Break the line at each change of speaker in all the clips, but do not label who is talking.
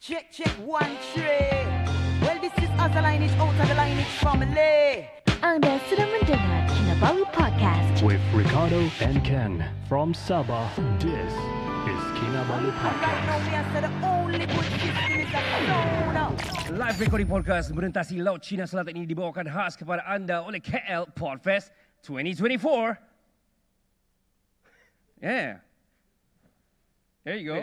Check, check, one, three. Well, this is other lineage, out of the lineage family.
Anda sedang mendengar Kinabalu Podcast.
with Ricardo and Ken from Sabah. This is Kinabalu
And right now,
Podcast.
we answer the only good system is a sound.
Live Recording Podcast berentasi Laut Cina Selatan ini dibawakan khas kepada anda oleh KL Podfest 2024. Yeah. There you go.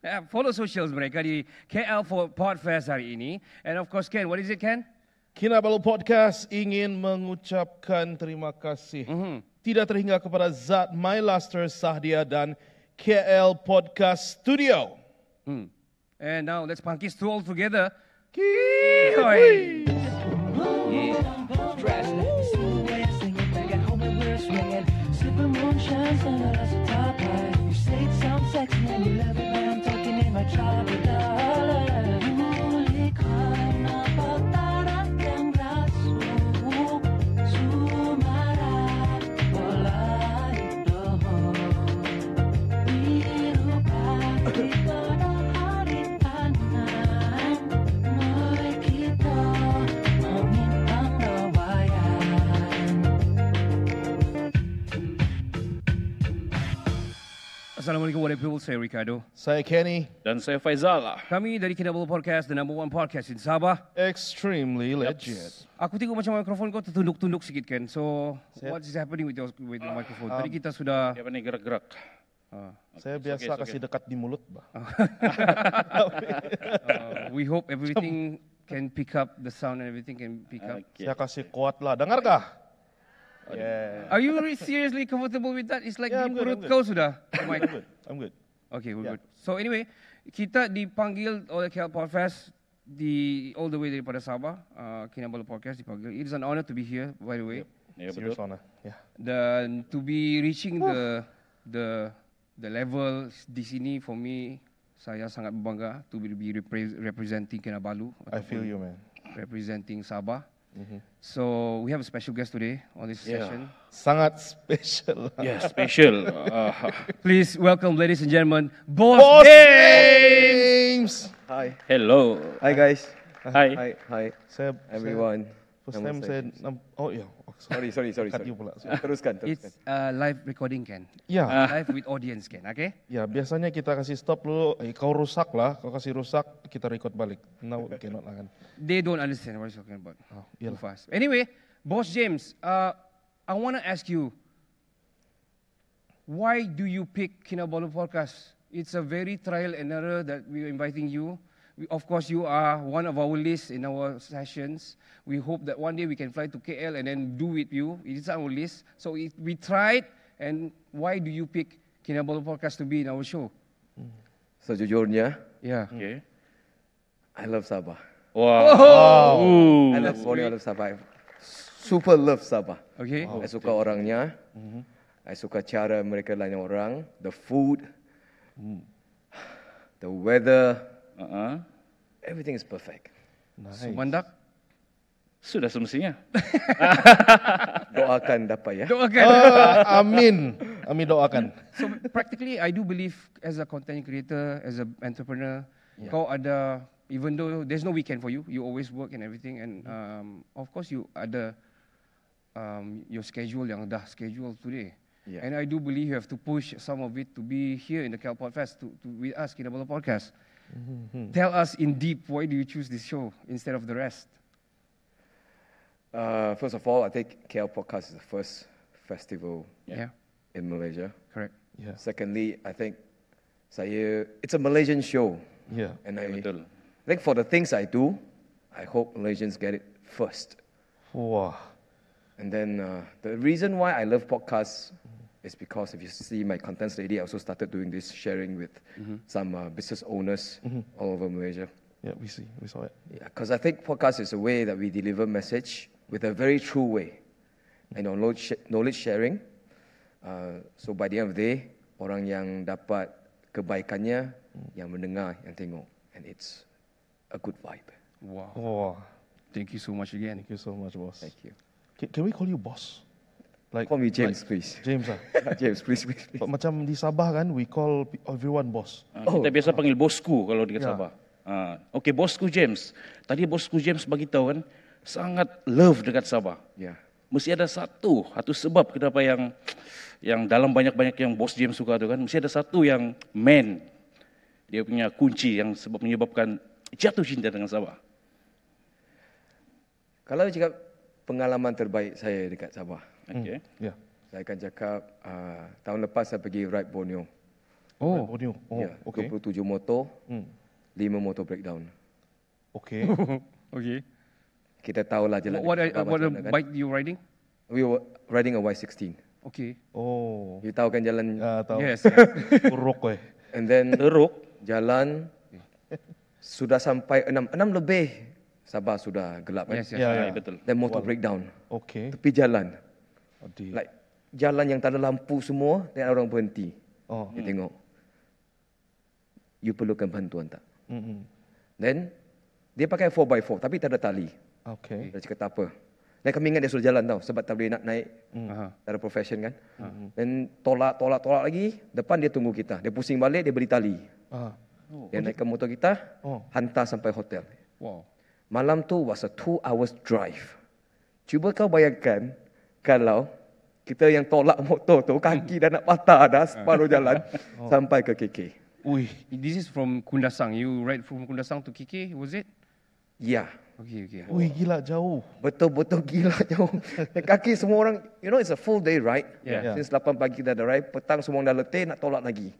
Uh, follow socials mereka di KL for Podfest hari ini. And of course, Ken, what is it, Ken?
Kinabalu Podcast ingin mengucapkan terima kasih mm-hmm.
Mhm.
tidak terhingga kepada Zat My Luster Sahdia dan KL Podcast Studio.
And now let's punkis through all together.
Ki-
Oi. Assalamualaikum warahmatullahi wabarakatuh. Saya Ricardo.
Saya Kenny,
Dan saya Faizal. lah.
Kami dari Kinabalu Podcast, the number one podcast in Sabah.
extremely legit.
Aku tengok macam mikrofon kau tertunduk-tunduk sikit, Ken. So, what is happening with your with the microphone? Tadi
Um,
kita sudah...
Dia apa ni gerak-gerak.
Saya biasa
it's okay. Ah.
kasih dekat di mulut, bah.
uh, We hope everything can pick up, the sound and everything can pick up.
Okay.
Saya kasih kuat lah. Dengarkah? Yeah,
Are you really seriously comfortable with that? It's like
Yeah,
di
I'm good,
perut
I'm good.
kau sudah. the mic.
good. I'm good.
Okay, we're
Yeah.
good. So anyway, kita dipanggil oleh KL Podcast di all the way daripada Sabah, uh, Kinabalu Podcast dipanggil. It is an honor to be here, by the way.
Ya, betul.
Serius Lana. Yeah.
Dan to be reaching the the the level di sini for me saya sangat bangga to be, be repre- representing Kinabalu.
I
Mm-hmm.
Mm-hmm. feel you, man.
representing Sabah. So we have a special guest today on this
Yeah.
session.
Sangat special.
Ya, special. Ah,
Please welcome, ladies and gentlemen, Boss,
Boss
Dave.
James.
Hi.
hello.
Hi guys.
Hi.
Hi. Hi.
Saya
Everyone.
saya- First
Nama
time saya,
James.
nam- oh ya, yeah.
Sorry, sorry, sorry.
Cut
sorry.
you pula.
Teruskan, teruskan.
It's uh, live recording, Ken.
Ya,
Ah.
Live with audience, Ken. Okay?
Ya, biasanya kita kasih stop dulu, eh, kau rusak lah, kau kasih rusak, kita record balik. Now we cannot lah kan.
They don't understand what you're talking about.
Oh,
Too
iyalah.
fast. Anyway, Boss James, uh, I want to ask you, why do you pick Kinabalu Podcast? It's a very trial and error that we're inviting you. We, of course, you are one of our list in our sessions. We hope that one day we can fly to KL and then do with you. It is our list. So it, we tried, and why do you pick Kinabalu Podcast to be in our show?
Sejujurnya,
Yeah.
Okay.
I love Sabah. Oh.
Wah.
I love Borneo, I love Sabah. I Super love Sabah.
Okay? Mm-hmm.
I suka orangnya. I suka cara mereka layan orang. The food.
Mm.
The weather.
Ah,
Uh-huh.
Everything is perfect.
Sumandak?
Sudah semestinya.
Doakan dapat ya.
Doakan.
Ah, amin, amin doakan.
So practically, I do believe as a content creator, as an entrepreneur, kau ada even though there's no weekend for you, you always work and everything, and um, of course you ada um, your schedule yang dah schedule today.
Yeah.
And I do believe you have to push some of it to be here in the Cal Podcast to, to with us Kinabalu Podcast. Tell us in deep why do you choose this show instead of the rest?
Uh, first of all, I think KL Podcast is the first festival
Yeah,
in Malaysia.
correct.
Ya,
Secondly, I think saya it's a Malaysian show,
ya,
and I,
Betul.
I think for the things I do, I hope Malaysians get it first.
wah,
And then uh, the reason why I love podcasts is because if you see my contents lady, I also started doing this sharing with some uh, business owners all over Malaysia.
ya, we see, we saw it.
Because I think podcast is a way that we deliver message with a very true way, and on knowledge, sh- knowledge sharing. Uh, so by the end of the day, orang yang dapat kebaikannya, yang mendengar, yang tengok, and it's a good vibe.
Wow.
Wah,
Thank you so much again.
thank you so much, boss.
Thank you.
Can, can we call you boss? Like
Call me James, please.
James ah.
James, please, please, please.
Macam di Sabah kan, we call everyone boss.
Oh. Ya.
Ah, Kita biasa panggil bosku kalau dekat Sabah. Ah, Okey, bosku James. Tadi bosku James bagi tahu kan, sangat love dekat Sabah.
Yeah.
Mesti ada satu, satu sebab kenapa yang yang dalam banyak-banyak yang bos James suka tu kan, mesti ada satu yang man. Dia punya kunci yang sebab menyebabkan jatuh cinta dengan Sabah.
Kalau cakap pengalaman terbaik saya dekat Sabah,
Okey.
Ya.
saya akan cakap uh, tahun lepas saya pergi ride Borneo.
Oh, Borneo. Oh,
Ya,
okay.
27 motor, hmm. 5 motor breakdown.
Okay.
Okay.
Kita tahulah jalan
What, what,
dekat
are-
Sabah
what
macam mana
bike you riding?
We were riding a Y16.
Okay.
Oh.
You tahu kan jalan
Ah, tahu.
Yes.
Uruk eh.
and then
Teruk.
jalan sudah sampai 6 6 lebih Sabah sudah gelap kan.
yes, yes.
Ya,
Ah,
ya.
betul.
Then motor breakdown.
Okay.
Tepi jalan.
Adi.
Like jalan yang tak ada lampu semua dan orang berhenti.
Oh.
You tengok. You perlukan bantuan tak?
Mm-mm.
Then dia pakai 4x4 tapi tak ada tali.
Okay.
Dia cakap tak apa. Dan kami ingat dia suruh jalan tau sebab tak boleh nak naik.
Hmm.
Aha.
Tak ada profession kan. Then tolak, tolak, tolak lagi. Depan dia tunggu kita. Dia pusing balik, dia beri tali.
Ah.
Dia naikkan motor kita,
Oh.
hantar sampai hotel.
Wow.
Malam tu was a two hours drive. Cuba kau bayangkan kalau kita yang tolak motor tu, kaki dah nak patah dah separuh jalan
Oh.
sampai ke KK.
Ui.
This is from Kundasang. You ride from Kundasang to Kiki, was it?
Ya,
Okay, okay.
Ui gila jauh.
betul-betul gila jauh. Kaki semua orang, you know it's a full day ride.
Yeah.
Since 8 pagi kita dah ride, petang semua orang dah letih nak tolak lagi.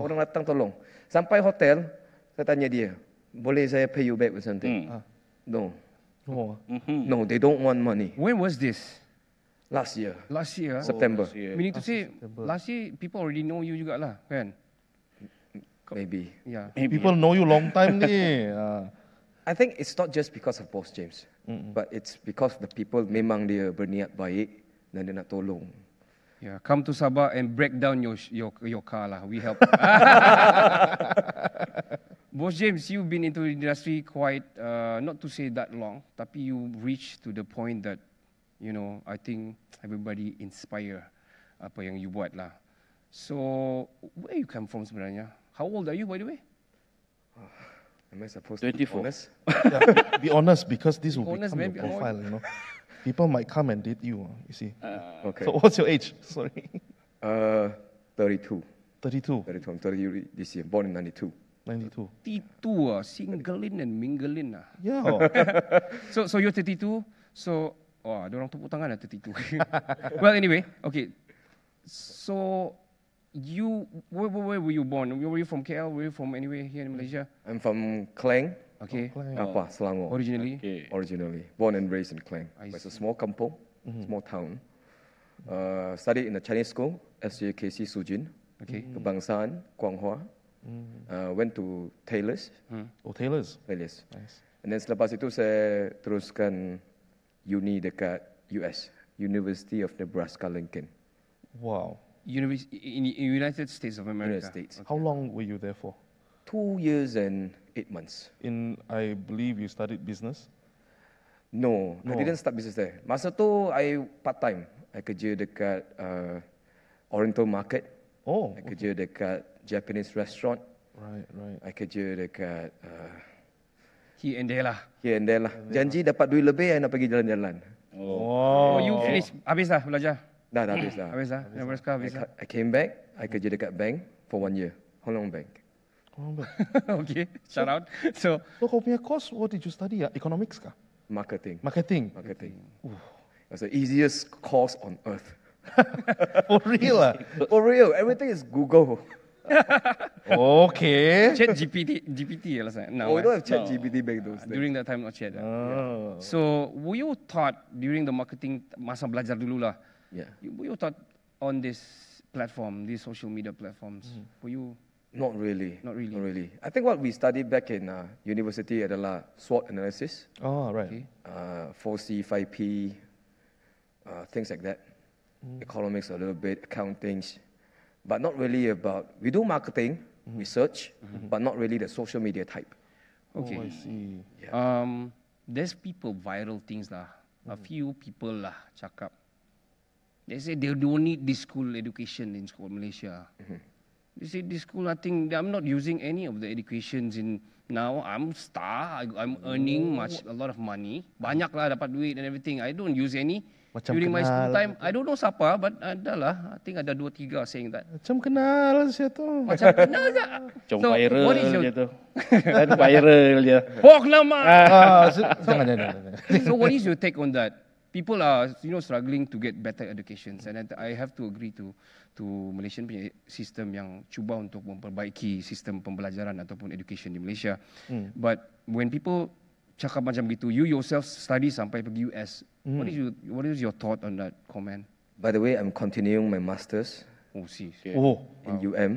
Oh.
Orang datang tolong. Sampai hotel, saya tanya dia, boleh saya pay you back or something?
Hmm.
No.
Oh.
Mm-hmm.
No, they don't want money.
When was this?
Last year,
Last year. ah?
September,
Meaning to say, last year people already know you juga lah, kan?
maybe.
Yeah.
People know you long time ni. Ah.
I think it's not just because of Boss James, but it's because the people memang dia berniat baik dan dia nak tolong.
Yeah, come to Sabah and break down your your your car lah. We help. Boss James, you've been into the industry quite uh, not to say that long, tapi you reach to the point that you know I think everybody inspire apa yang you buat lah. So where you come from sebenarnya? How old are you by the way?
Am I supposed 24. to be
24.
honest?
Yeah, be honest because this will
honest,
become
man, be
your
honest.
profile, you know. People might come and date you, ah, you see.
Okay.
So what's your age? Sorry.
Uh, 32.
32,
32. I'm 30 this year. Born in 92.
92.
Titu ah, singlein and minglein ah.
Yeah.
So so you're 32. So wah, dia orang tepuk tangan dah 32. well anyway, okay. So you where, where, where were you born? Were you from KL? Were you from anywhere here in Malaysia?
I'm from Klang,
Okay.
Apa, Selangor,
Originally.
Okay.
originally. Born and raised in Klang. But It's a small kampung, small town. Uh, studied in a Chinese school, SJKC Sujin.
Okay.
Kebangsaan, Kuanghua. Uh, went to Taylor's.
oh, Taylor's.
Playlist. Nice. And then selepas itu saya teruskan uni dekat US, University of Nebraska Lincoln,
Wow.
Univers- in, in United States of America.
United States.
How long were you there for?
Two years and eight months.
In, I believe you studied business.
No, no, I didn't start business there. Masa tu I part time. I kerja dekat uh, Oriental Market.
Oh,
I kerja dekat Japanese restaurant.
right, right.
I kerja dekat uh,
Here and there lah.
here and there lah. Janji dapat duit lebih, I nak pergi jalan-jalan.
Oh, you finish habis dah belajar.
Dah, dah Ah, habis lah.
Habis dah. Nebraska habis dah.
I, I came back. I kerja dekat bank for one year. How long bank?
okay. Shout out. So
So kau punya course, what did you study? ah? Economics kah?
Marketing.
Marketing?
Marketing. That's the easiest course on earth.
For real ah?
For real, everything is Google.
Okay.
chat GPT GPT lah saya. Now.
Oh, we
eh.
don't have chat GPT back those days.
Uh, Ah, During that time not yet. Oh. So were you taught during the marketing masa belajar dulu lah?
Yeah.
You, were you taught on this platform, these social media platforms?
Mm-hmm.
Were you?
Not really.
Not really.
Not really. I think what we studied back in uh, university adalah SWOT analysis,
Oh, right.
uh, 4C, 5P, uh, things like that.
Mm.
Economics a little bit, accounting, but not really about, we do marketing,
Mm-hmm.
research, but not really the social media type.
Okay.
I see.
Oh, Um, there's people viral things lah. A few people lah cakap. They say they don't need this school education in school Malaysia. They say this school nothing. I'm not using any of the educations in now. I'm star. I, I'm earning much a lot of money. Banyak lah dapat duit and everything. I don't use any.
Macam
During my school
kenal.
time, I don't know siapa, but ada lah. I think ada dua tiga saying that.
Macam kenal saya tu.
Macam kenal tak?
Macam
So,
viral
what is your-
je tu. Kan viral je.
Pok nama.
Ah, se- jangan, jangan, jangan.
so what is your take on that? People are you know struggling to get better educations and I I have to agree to to Malaysian punya sistem yang cuba untuk memperbaiki sistem pembelajaran ataupun education di Malaysia. Hmm. But when people cakap macam gitu, you yourself study sampai pergi US. Hmm. What is your what is your thought on that comment?
By the way, I'm continuing my masters
Oh, see.
Oh,
in UM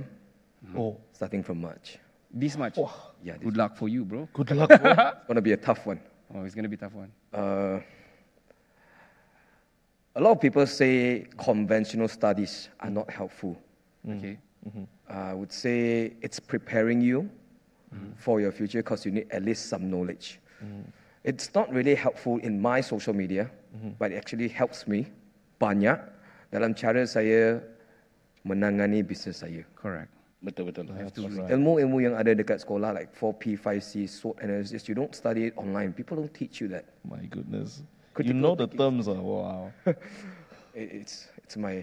oh.
starting from March.
This much.
Yeah, this
Good luck for you, bro.
Good luck. bro.
is gonna be a tough one.
Oh, it's gonna be tough one.
Uh, a lot of people say conventional studies are not helpful. Uh,
Okay.
I would say it's preparing you for your future because you need at least some knowledge. It's not really helpful in my social media, but it actually helps me banyak dalam cara saya menangani bisnes saya.
Correct.
Betul-betul.
Ilmu-ilmu yang ada dekat sekolah like 4P, 5C, SWOT analysis, you don't study it online. People don't teach you that.
Oh My goodness.
Could
you
you
know the terms, ah. wow.
It- it's it's my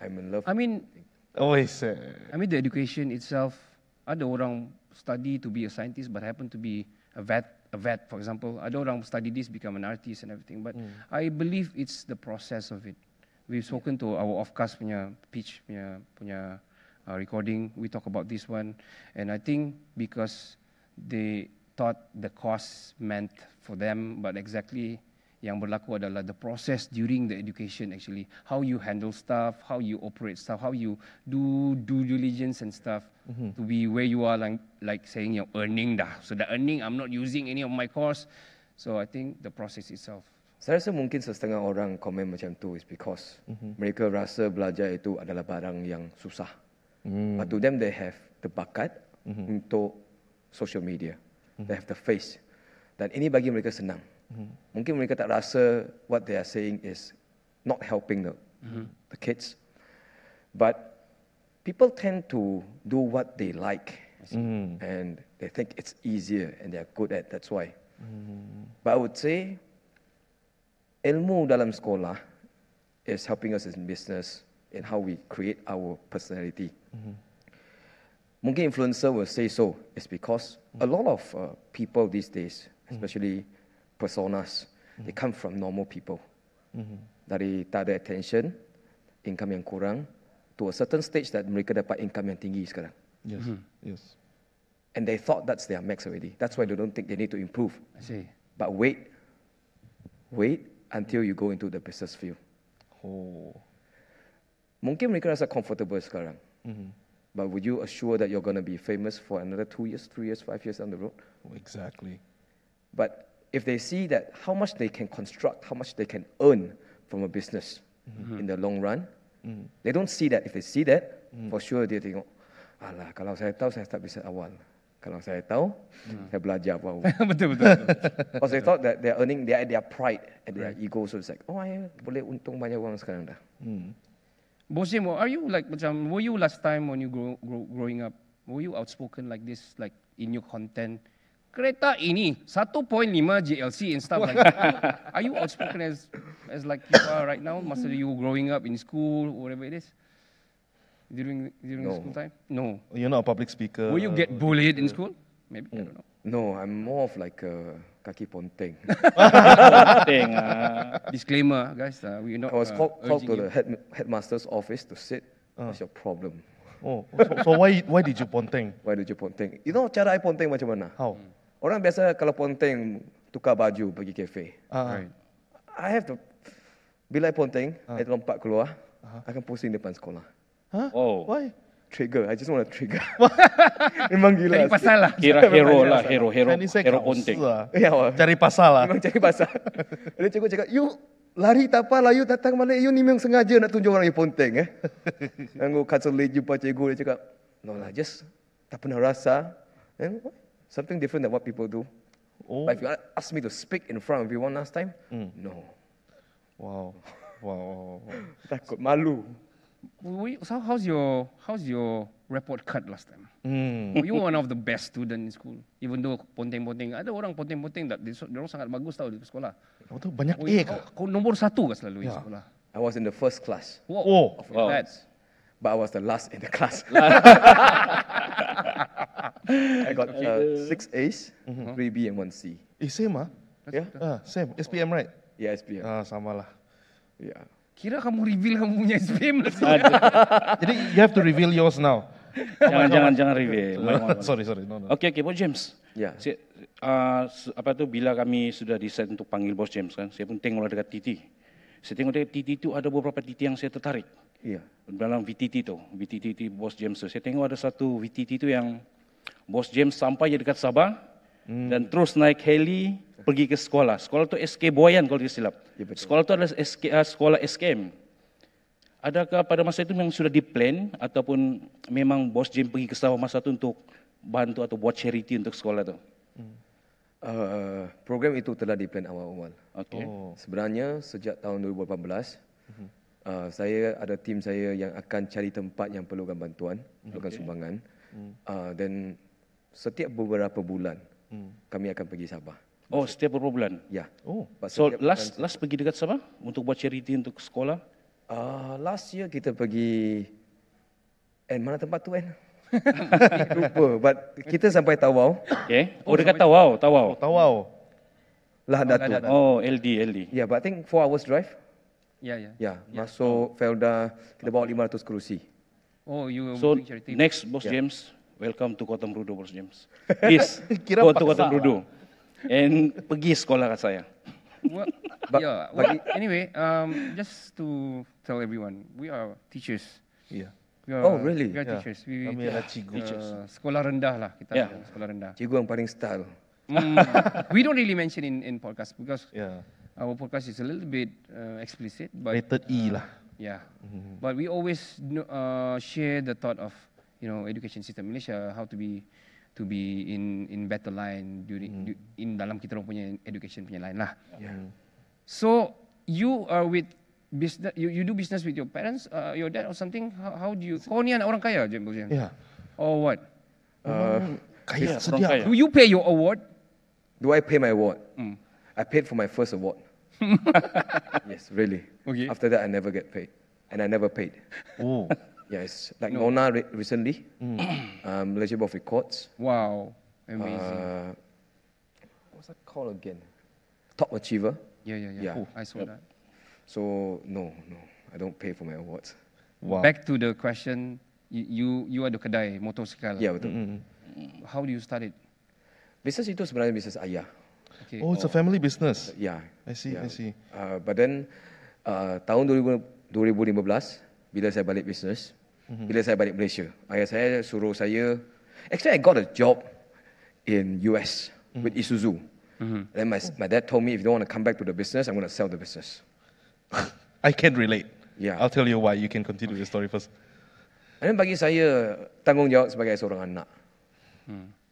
I'm in love.
I mean,
Always. eh.
I mean the education itself. Ada orang study to be a scientist, but happen to be a vet. A vet, for example. Ada orang study this, become an artist and everything. But I believe it's the process of it. We've spoken to our off-cast punya pitch punya punya uh, recording. We talk about this one, and I think because they thought the cost meant for them, but exactly yang berlaku adalah the process during the education actually how you handle stuff how you operate stuff how you do due diligence and stuff to be where you are like like saying you're earning dah so the earning I'm not using any of my course so I think the process itself
Saya rasa mungkin setengah orang komen macam tu is because mereka rasa belajar itu adalah barang yang susah. But to them they have the bakat untuk social media. They have the face. Dan ini bagi mereka senang. Mungkin mereka tak rasa what they are saying is not helping the, the kids. But people tend to do what they like. And they think it's easier and they're good at that's why. But I would say ilmu dalam sekolah is helping us in business in how we create our personality. Mungkin influencer will say so is because a lot of uh, people these days, especially personas, they come from normal people. Dari tak ada attention, income yang kurang, to a certain stage that mereka dapat income yang tinggi sekarang.
Yes, yes.
And they thought that's their max already. That's why they don't think they need to improve.
I say
But wait, wait until you go into the business field.
Oh.
Mungkin mereka rasa comfortable sekarang. But would you assure that you're going to be famous for another two years, three years, five years down the road?
Exactly.
But if they see that how much they can construct, how much they can earn from a business in the long run, they don't see that. If they see that, for sure dia tengok, alah kalau saya tahu saya start bisnes awal. Kalau saya tahu, saya belajar awal.
betul betul, betul.
Because they thought that they're earning their, their pride and their ego. So it's like, oh, I boleh untung banyak wang sekarang dah.
Bos Jim, are you like macam were you last time when you grow, grow, growing up were you outspoken like this like in your content kereta ini 1.5 JLC and stuff like that. are you outspoken as as like you are right now masa you growing up in school whatever it is during during
No.
school time no
You're not a public speaker.
will you get bullied in school maybe
Hmm.
I don't know
No, I'm more of like a kaki ponteng.
Penting. ah.
disclaimer guys uh, we're not
I was
uh,
called, called
urging
to
you. Uh.
the head, headmaster's office to sit. What's your problem?
Oh, so, so why why did you ponteng?
Why did you ponteng? You know cara I ponteng macam mana?
How?
Orang biasa kalau ponteng tukar baju pergi kafe.
Ah,
right
I have to bila I ponteng,
Uh.
I lompat keluar,
Uh-huh.
I akan pusing depan sekolah.
huh?
Oh.
Why?
Trigger, I just want to trigger. Memang gila.
cari pasal lah
Kira hero lah, hero, hero,
Ini saya
hero
kaos
konting.
lah.
Ya, wah.
Cari pasal lah.
Memang cari pasal. Jadi cikgu cakap, you lari tak apa lah, you datang balik, you ni memang sengaja nak tunjuk orang you ponteng eh. Dan aku kata lagi jumpa cikgu, dia cakap, no lah, just tak pernah rasa. Then, something different than what people do.
Oh.
Like if you ask me to speak in front of everyone last time, no.
Wow. Wow. wow, wow.
Takut, malu.
Were you- so how's your how's your report card last time.
Hmm.
Mm. You were one of the best student in school. Even though ponteng-ponteng. Ada orang ponteng-ponteng tak? Dia dia orang sangat bagus tau di sekolah.
Kamu tu banyak
Oh,
A ke? Ya.
kau, kau nomor satu ke selalu yeah. di sekolah?
I was in the first class,
Wow.
Oh.
Wow.
That's,
but I was the last in the class. I got uh, six A's, three B, and one C.
Eh, same ah.
Yeah,
Ah, same. SPM right?
yeah, SPM.
Ah, sama lah.
yeah.
kira kamu reveal kamu punya SPM lah.
Jadi you have to reveal yours now.
jangan, jangan, jangan reveal. Mohon, mohon, mohon.
sorry, sorry. No, no.
Okey, okey, Bos James.
Ya.
Saya, uh, apa tu bila kami sudah decide untuk panggil Bos James kan, saya pun tengoklah dekat TT. Saya tengok dekat TT itu ada beberapa TT yang saya tertarik.
Yeah.
Dalam VTT tu, VTT tu, Bos James tu. Saya tengok ada satu VTT tu yang Bos James sampai je dekat Sabah dan terus naik heli pergi ke sekolah. Sekolah tu SK Boyan kalau tidak silap. sekolah tu adalah SK, ah, sekolah SKM. Adakah pada masa itu memang sudah diplan ataupun memang Bos James pergi ke Sabah masa itu untuk bantu atau buat charity untuk sekolah tu?
Uh, program itu telah diplan awal-awal. ya.
Okey.
Sebenarnya sejak tahun 2018, uh, saya ada tim saya yang akan cari tempat yang perlukan bantuan, perlukan sumbangan. Uh, dan setiap beberapa bulan kami akan pergi Sabah.
Oh, setiap beberapa bulan.
Ya.
Oh.
But
So
setiap-
last last pergi dekat Sabah untuk buat charity untuk sekolah.
uh, last year kita pergi En mana tempat tu En? Lupa. But kita sampai Tawau,
Okey. Oh, dekat Tawau, Tawau.
Tawau.
lah Datu.
Oh, LD, LD.
Ya, yeah, but I think four hours drive.
Ya, ya.
Ya, yeah, masuk Felda kita bawa 500 kerusi.
Oh, you were
So
doing charity.
next Bos
Ya.
James, welcome to Kota Merudu Bos James. Please
Kira
go to
paksa
Kota Merudu and pergi sekolah kat saya.
Well,
Ba-
yeah. Well,
bagi-
anyway, um, just to tell everyone, we are teachers.
Yeah.
We are,
Oh, really?
We are
Yeah.
teachers. We,
Kami adalah cikgu.
Uh, sekolah rendah lah kita.
Yeah.
Yeah. Sekolah rendah.
Cikgu yang paling style.
Mm, we don't really mention in, in podcast because
Yeah.
our podcast is a little bit uh, explicit, but
Rated E lah.
yeah.
Mm-hmm.
But we always kno- uh, share the thought of you know education system Malaysia, how to be to be in in better line during
Mm.
du- in dalam kita orang punya education punya line lah. So you are with business, you, you do business with your parents, uh, your dad or something. How, how do you? Kau ni anak orang kaya, Jim Bojan.
Yeah.
Or what?
Kaya
orang
sedia.
kaya.
Do you pay your award?
Do I pay my award?
Hmm.
I paid for my first award. yes, really.
Okay.
After that, I never get paid, and I never paid.
Oh.
Yes, like Nona re- recently, um, Malaysia Board of Records.
Wow, amazing.
Uh, what's that called again? Top achiever.
yeah, yeah, yeah.
yeah.
Oh, I saw that.
So no, no, I don't pay for my awards.
Wow.
Back to the question, you you, you ada kedai motosikal.
Yeah, betul.
How do you start it?
Business itu sebenarnya bisnes ayah.
Okay.
Oh, it's a family business.
Yeah.
I see, I see.
Ya. Uh, but then uh, tahun 2000 2015 bila saya balik business,
Mhm.
bila saya balik Malaysia, ayah saya suruh saya actually I got a job in US
Mhm.
with Isuzu. Then my, my dad told me if you don't want to come back to the business, I'm going to sell the business.
I can relate.
Yeah.
I'll tell you why. You can continue the story first.
And then bagi saya tanggungjawab sebagai seorang anak.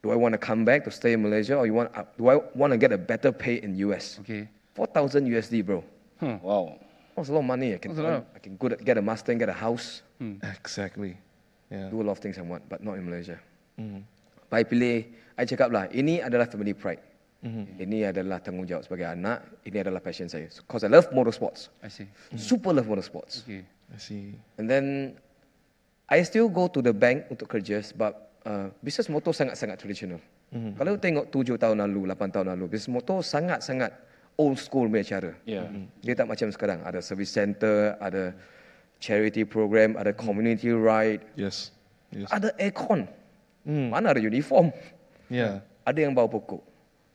Do I want to come back to stay in Malaysia or you want uh, do I want to get a better pay in US?
Okay.
4000 USD, bro.
Wow.
That's a lot of money. I can
That's Hmm. a lot. Hmm.
earn- I can go to- get a Mustang, get a house.
Exactly. Yeah.
do a lot of things I want, but not in Malaysia. But I pilih, I cakap lah, ini adalah family pride. Ini adalah tanggungjawab sebagai anak. Ini adalah passion saya. Because I love motorsports.
I see.
Super love motorsports.
Okay.
I see.
And then, I still go to the bank untuk kerja sebab uh, bisnes motor sangat-sangat traditional. Kalau tengok tujuh tahun lalu, lapan tahun lalu, bisnes motor sangat-sangat old school punya cara. Mhm.
Yeah.
Dia tak macam sekarang. Ada service center, ada charity program, ada community ride.
Yes. Yes.
Ah.
Ada aircon. Mana ada uniform.
Yeah.
Ada yang bawa pokok.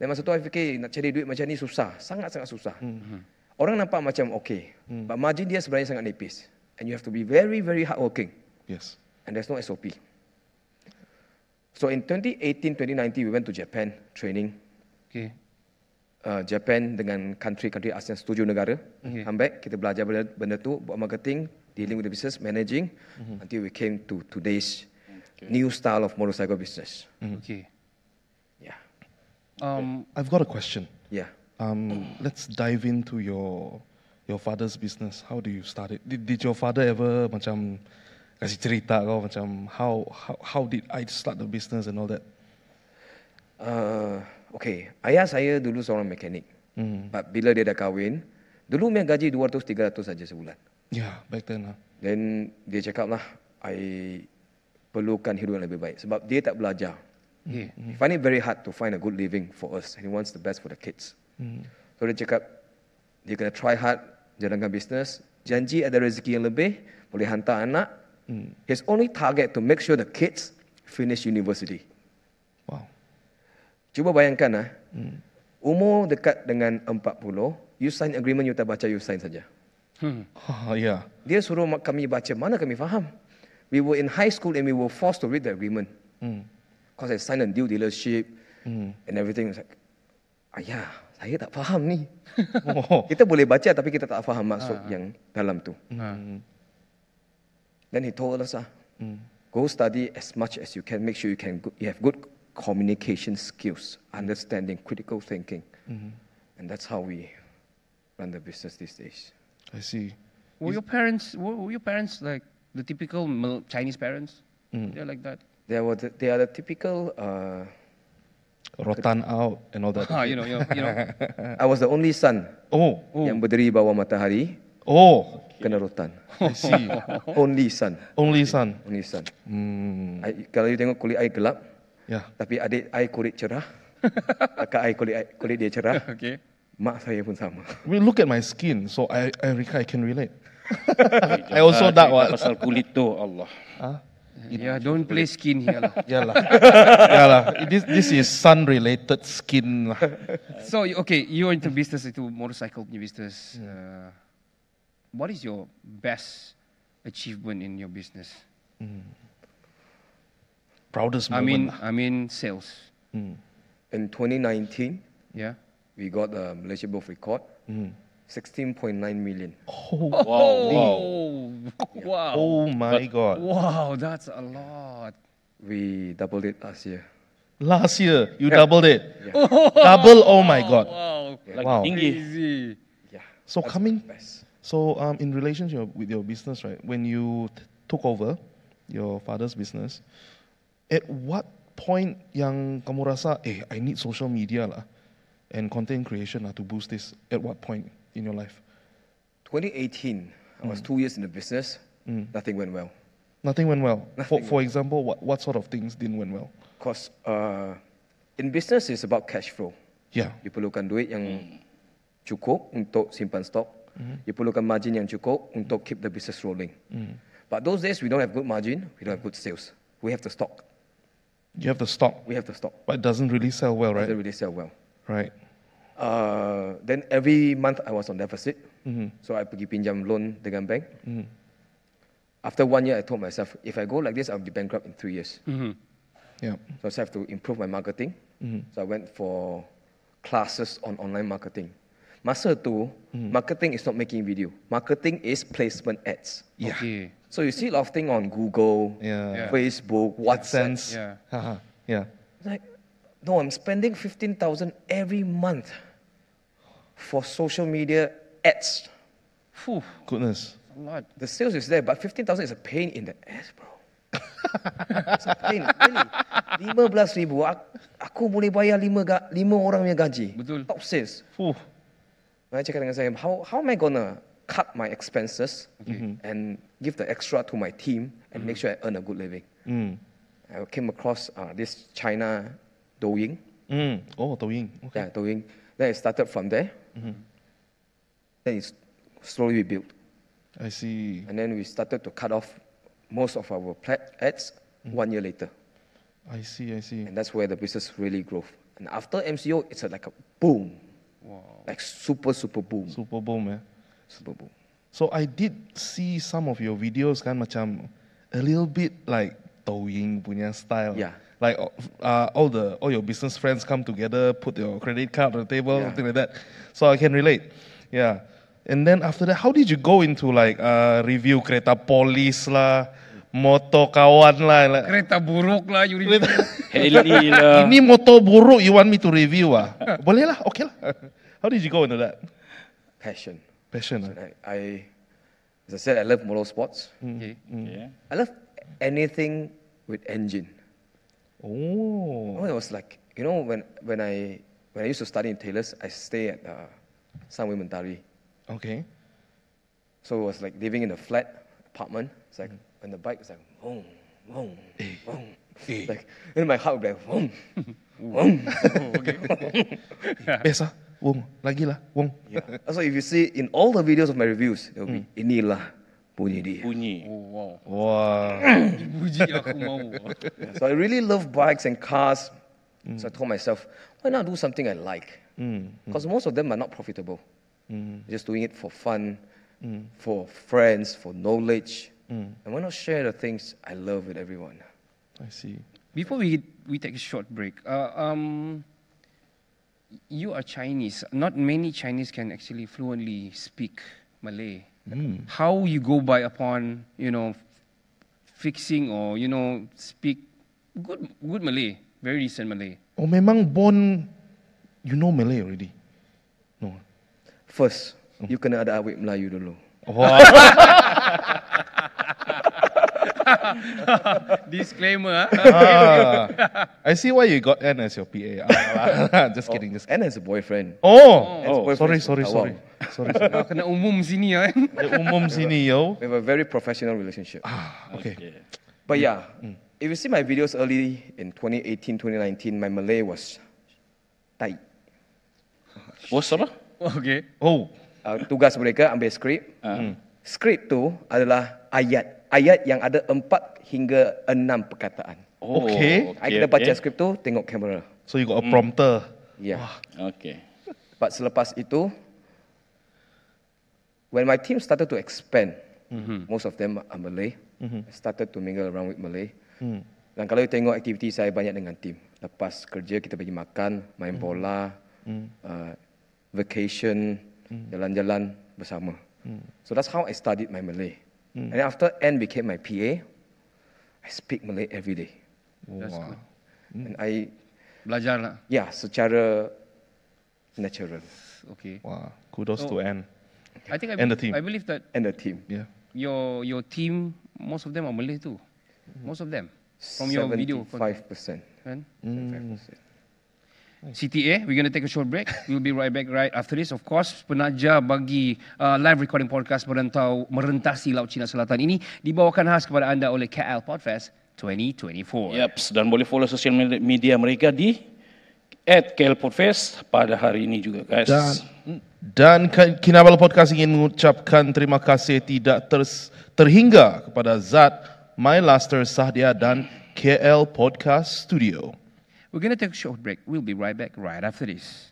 Dan masa tu I fikir nak cari duit macam ni susah. Sangat-sangat susah. Orang nampak macam okay. But margin dia sebenarnya sangat nipis. And you have to be very, very hardworking.
Yes.
And there's no SOP. So in 2018, 2019, we went to Japan training.
Okay.
Uh, Japan dengan country-country ASEAN setuju negara.
Okay.
Come back, kita belajar benda, benda tu, buat marketing, dealing with the business, managing. Until we came to today's new style of motorcycle business.
Okay.
Yeah.
Um,
I've got a question.
Yeah.
Um, let's dive into your your father's business. How do you start it? Did, did your father ever macam Kasih cerita kau macam how how, how did I start the business and all that.
Uh, okay, ayah saya dulu seorang mekanik. Hmm. But bila dia dah kahwin, dulu punya gaji 200 300 saja sebulan.
Yeah, back then lah.
Then dia cakap lah, I perlukan hidup yang lebih baik sebab dia tak belajar.
Yeah.
He find it very hard to find a good living for us. He wants the best for the kids. So dia cakap, dia kena try hard, jalankan bisnes, janji ada rezeki yang lebih, boleh hantar anak. His only target to make sure the kids finish university.
Wow.
Cuba bayangkan ah. Umur dekat dengan 40, you sign agreement you tak baca you sign saja.
yeah.
Dia suruh mak- kami baca, mana kami faham? We were in high school and we were forced to read the agreement. Because I signed a new dealership and everything. It's like, ayah, saya tak faham ni.
Oh.
Kita boleh baca tapi kita tak faham maksud yang dalam tu.
Hmm. Mm-hmm. uh,
Then he told us, ah, go study as much as you can. Make sure you can go, you have good communication skills, understanding, critical thinking, and that's how we run the business these days.
I see.
Were your parents were, were your parents like the typical Mal- Chinese parents? They're like that.
They were the, they are the typical. Uh,
Rotan out and all that.
Ah, you know, you know, you know.
I was the only son
Oh.
yang berdiri bawah matahari
Oh.
kena rotan.
I see.
only son,
Only son.
only son.
Hmm.
I, kalau you tengok kulit I gelap,
Yeah.
tapi adik I kulit cerah. Kakak I kulit I- kulit dia cerah.
okay.
Mak saya pun sama.
We look at my skin, so I I, re- I can relate. I also dark
Cerita
what?
Pasal kulit tu Allah.
Yeah, don't play skin here. lah.
Yeah lah. yeah lah. This this is sun related skin lah.
so you- okay, you're into business, into motorcycle business. Uh, what is your best achievement in your business?
Proudest
I
moment.
mean,
lah.
I mean sales.
In 2019,
Yeah.
we got the Malaysia Book Record, 16.9 million.
Oh, wow, wow,
oh my god.
wow, that's a lot.
We doubled it last year.
Last year you doubled it. Double. Oh my god.
Wow,
Lagi
Wow.
tinggi.
crazy.
Yeah,
So coming.
best.
So um, in relation to your, with your business, right? When you t- took over your father's business, at what point yang kamu rasa, eh, I need social media lah, and content creation lah to boost this? At what point in your life?
2018, I was two years in the business. Nothing went well.
Nothing went well. for, for example, what, what sort of things didn't went well?
Because uh, in business, it's about cash flow.
Yeah.
You perlukan duit yang cukup untuk simpan stok. You perlukan margin yang cukup untuk keep the business rolling. But those days, we don't have good margin. We don't have good sales. We have the stock.
You have the stock,
We have the stock.
but it doesn't really sell well,
Doesn't
right?
really sell well.
Right.
Uh, then every month I was on deficit. So I pergi pinjam loan dengan bank. After one year, I told myself, if I go like this, I'll be bankrupt in three years.
Yeah.
So I have to improve my marketing.
Mm-hmm.
So I went for classes on online marketing. Masa tu,
Mm-hmm.
marketing is not making video. Marketing is placement ads.
Yeah.
Okay.
So you see a lot of things on Google,
Yeah.
Facebook, WhatsApp.
Sense.
Yeah.
Haha. yeah.
Like, no, I'm spending 15,000 every month for social media ads.
Phew,
Goodness.
a lot.
The sales is there, but 15,000 is a pain in the ass, bro. it's a pain, really. 15,000, ak- aku boleh bayar 5 ga- lima orang punya gaji.
Betul.
Top sales.
Phew.
Saya cakap dengan saya, how, how am I gonna cut my expenses and give the extra to my team and make sure I earn a good living?
Mm-hmm. Mm.
I came across uh, this China Douyin.
Mm. Oh, Douyin. Okay. Mm-hmm.
Yeah, Douyin. Then I started from there. Then it's slowly we built.
I see.
And then we started to cut off most of our pla- ads one year later.
I see. I see.
And that's where the business really grew. And after MCO, it's a, like a boom. Like super, super boom.
Super Bowl, man.
Super boom.
So I did see some of your videos kan macam a little bit like Douyin punya style.
Yeah.
Like uh, all the all your business friends come together, put your credit card on the table,
Yeah.
something like that. So I can relate. Yeah. And then after that, how did you go into like uh, review kereta polis lah, motor kawan lah? Like,
Kereta buruk lah, you remember?
kereta-
Heli lah.
Ini motor buruk you want me to review ah? Boleh lah, okay lah. How did you go into that?
Passion.
Passion lah.
I, I As I said, I love motor sports.
Okay. Yeah.
I love anything with engine.
Oh.
Well, it was like you know when when I when I used to study in Taylor's, I stay at uh, Sunway Mentari.
Okay.
So it was like living in a flat apartment. It's like when the bike was like boom, boom, boom. Like then my heart would be like boom, boom.
Best ah. Wong. Lagi lah. Wong.
Yeah. So if you see in all the videos of my reviews, it'll be inilah bunyi dia.
Bunyi.
Oh wow.
Wah.
Puji aku mau.
Yeah, so I really love bikes and cars. So I told myself, why not do something I like? Because most of them are not profitable. Just doing it for fun, for friends, for knowledge. And why not share the things I love with everyone?
I see.
Before we we take a short break, uh, um, you are Chinese. Not many Chinese can actually fluently speak Malay.
Hmm.
How you go by upon you know fixing or you know speak good good Malay, very decent Malay.
Oh, memang born, you know Malay already. No.
First, you kena ada awet Melayu dulu.
Wah.
Disclaimer. ah.
ah. I see why you got N as your PA. Ah, lah. just kidding, just kidding.
And as a boyfriend.
Oh,
Oh,
oh sorry,
boyfriend.
sorry,
Ah,
sorry. sorry, sorry.
Ah, Kena umum sini ah, kan.
Dia umum sini, yo.
We have a very professional relationship.
Okay.
But yeah, if you see my videos early in 2018, 2019, my Malay was tight.
Bos apa?
Okay.
Oh,
Uh, tugas mereka ambil skrip.
Ah.
Skrip tu adalah ayat. Ayat yang ada empat hingga enam perkataan.
Oh,
Okay.
Okay, I kena baca skrip tu, tengok kamera.
so you got a prompter.
Ya. Yeah.
Okay.
But selepas itu, when my team started to expand,
Mm-hmm.
most of them are Malay, started to mingle around with Malay.
Mm.
Dan kalau you tengok aktiviti saya banyak dengan team. Lepas kerja kita pergi makan, main
Mm.
bola, uh, vacation,
Mm.
jalan-jalan bersama. So that's how I studied my Malay.
Mm.
And then after N became my PA, I speak Malay every day.
That's good. Mm.
And I,
Belajar lah.
yeah, secara natural.
Okay.
Wow, kudos to N.
I think I,
And the
believe-
team.
I believe that
And the team.
Yeah.
your your team, most of them are Malay too. Most of them from your video. content,
Five percent.
Kan?
percent.
CTA, we're going to take a short break. We'll be right back right after this. Of course, penaja bagi uh, live recording podcast merentau merentasi Laut Cina Selatan ini dibawakan khas kepada anda oleh KL Podfest 2024.
Yaps, dan boleh follow social media mereka di at KL Podfest pada hari ini juga guys.
Dan dan K- Kinabalu Podcast ingin mengucapkan terima kasih tidak ters, terhingga kepada Zat, My Laster Sahdia dan KL Podcast Studio.
We're going to take a short break. We'll be right back right after this.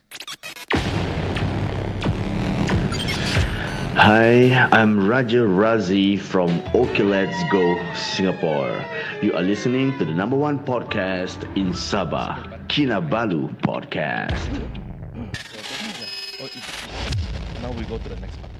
Hi, I'm Raja Razi from OK Let's Go Singapore. You are listening to the number one podcast in Sabah, Kinabalu Podcast.
Now we go to the next part.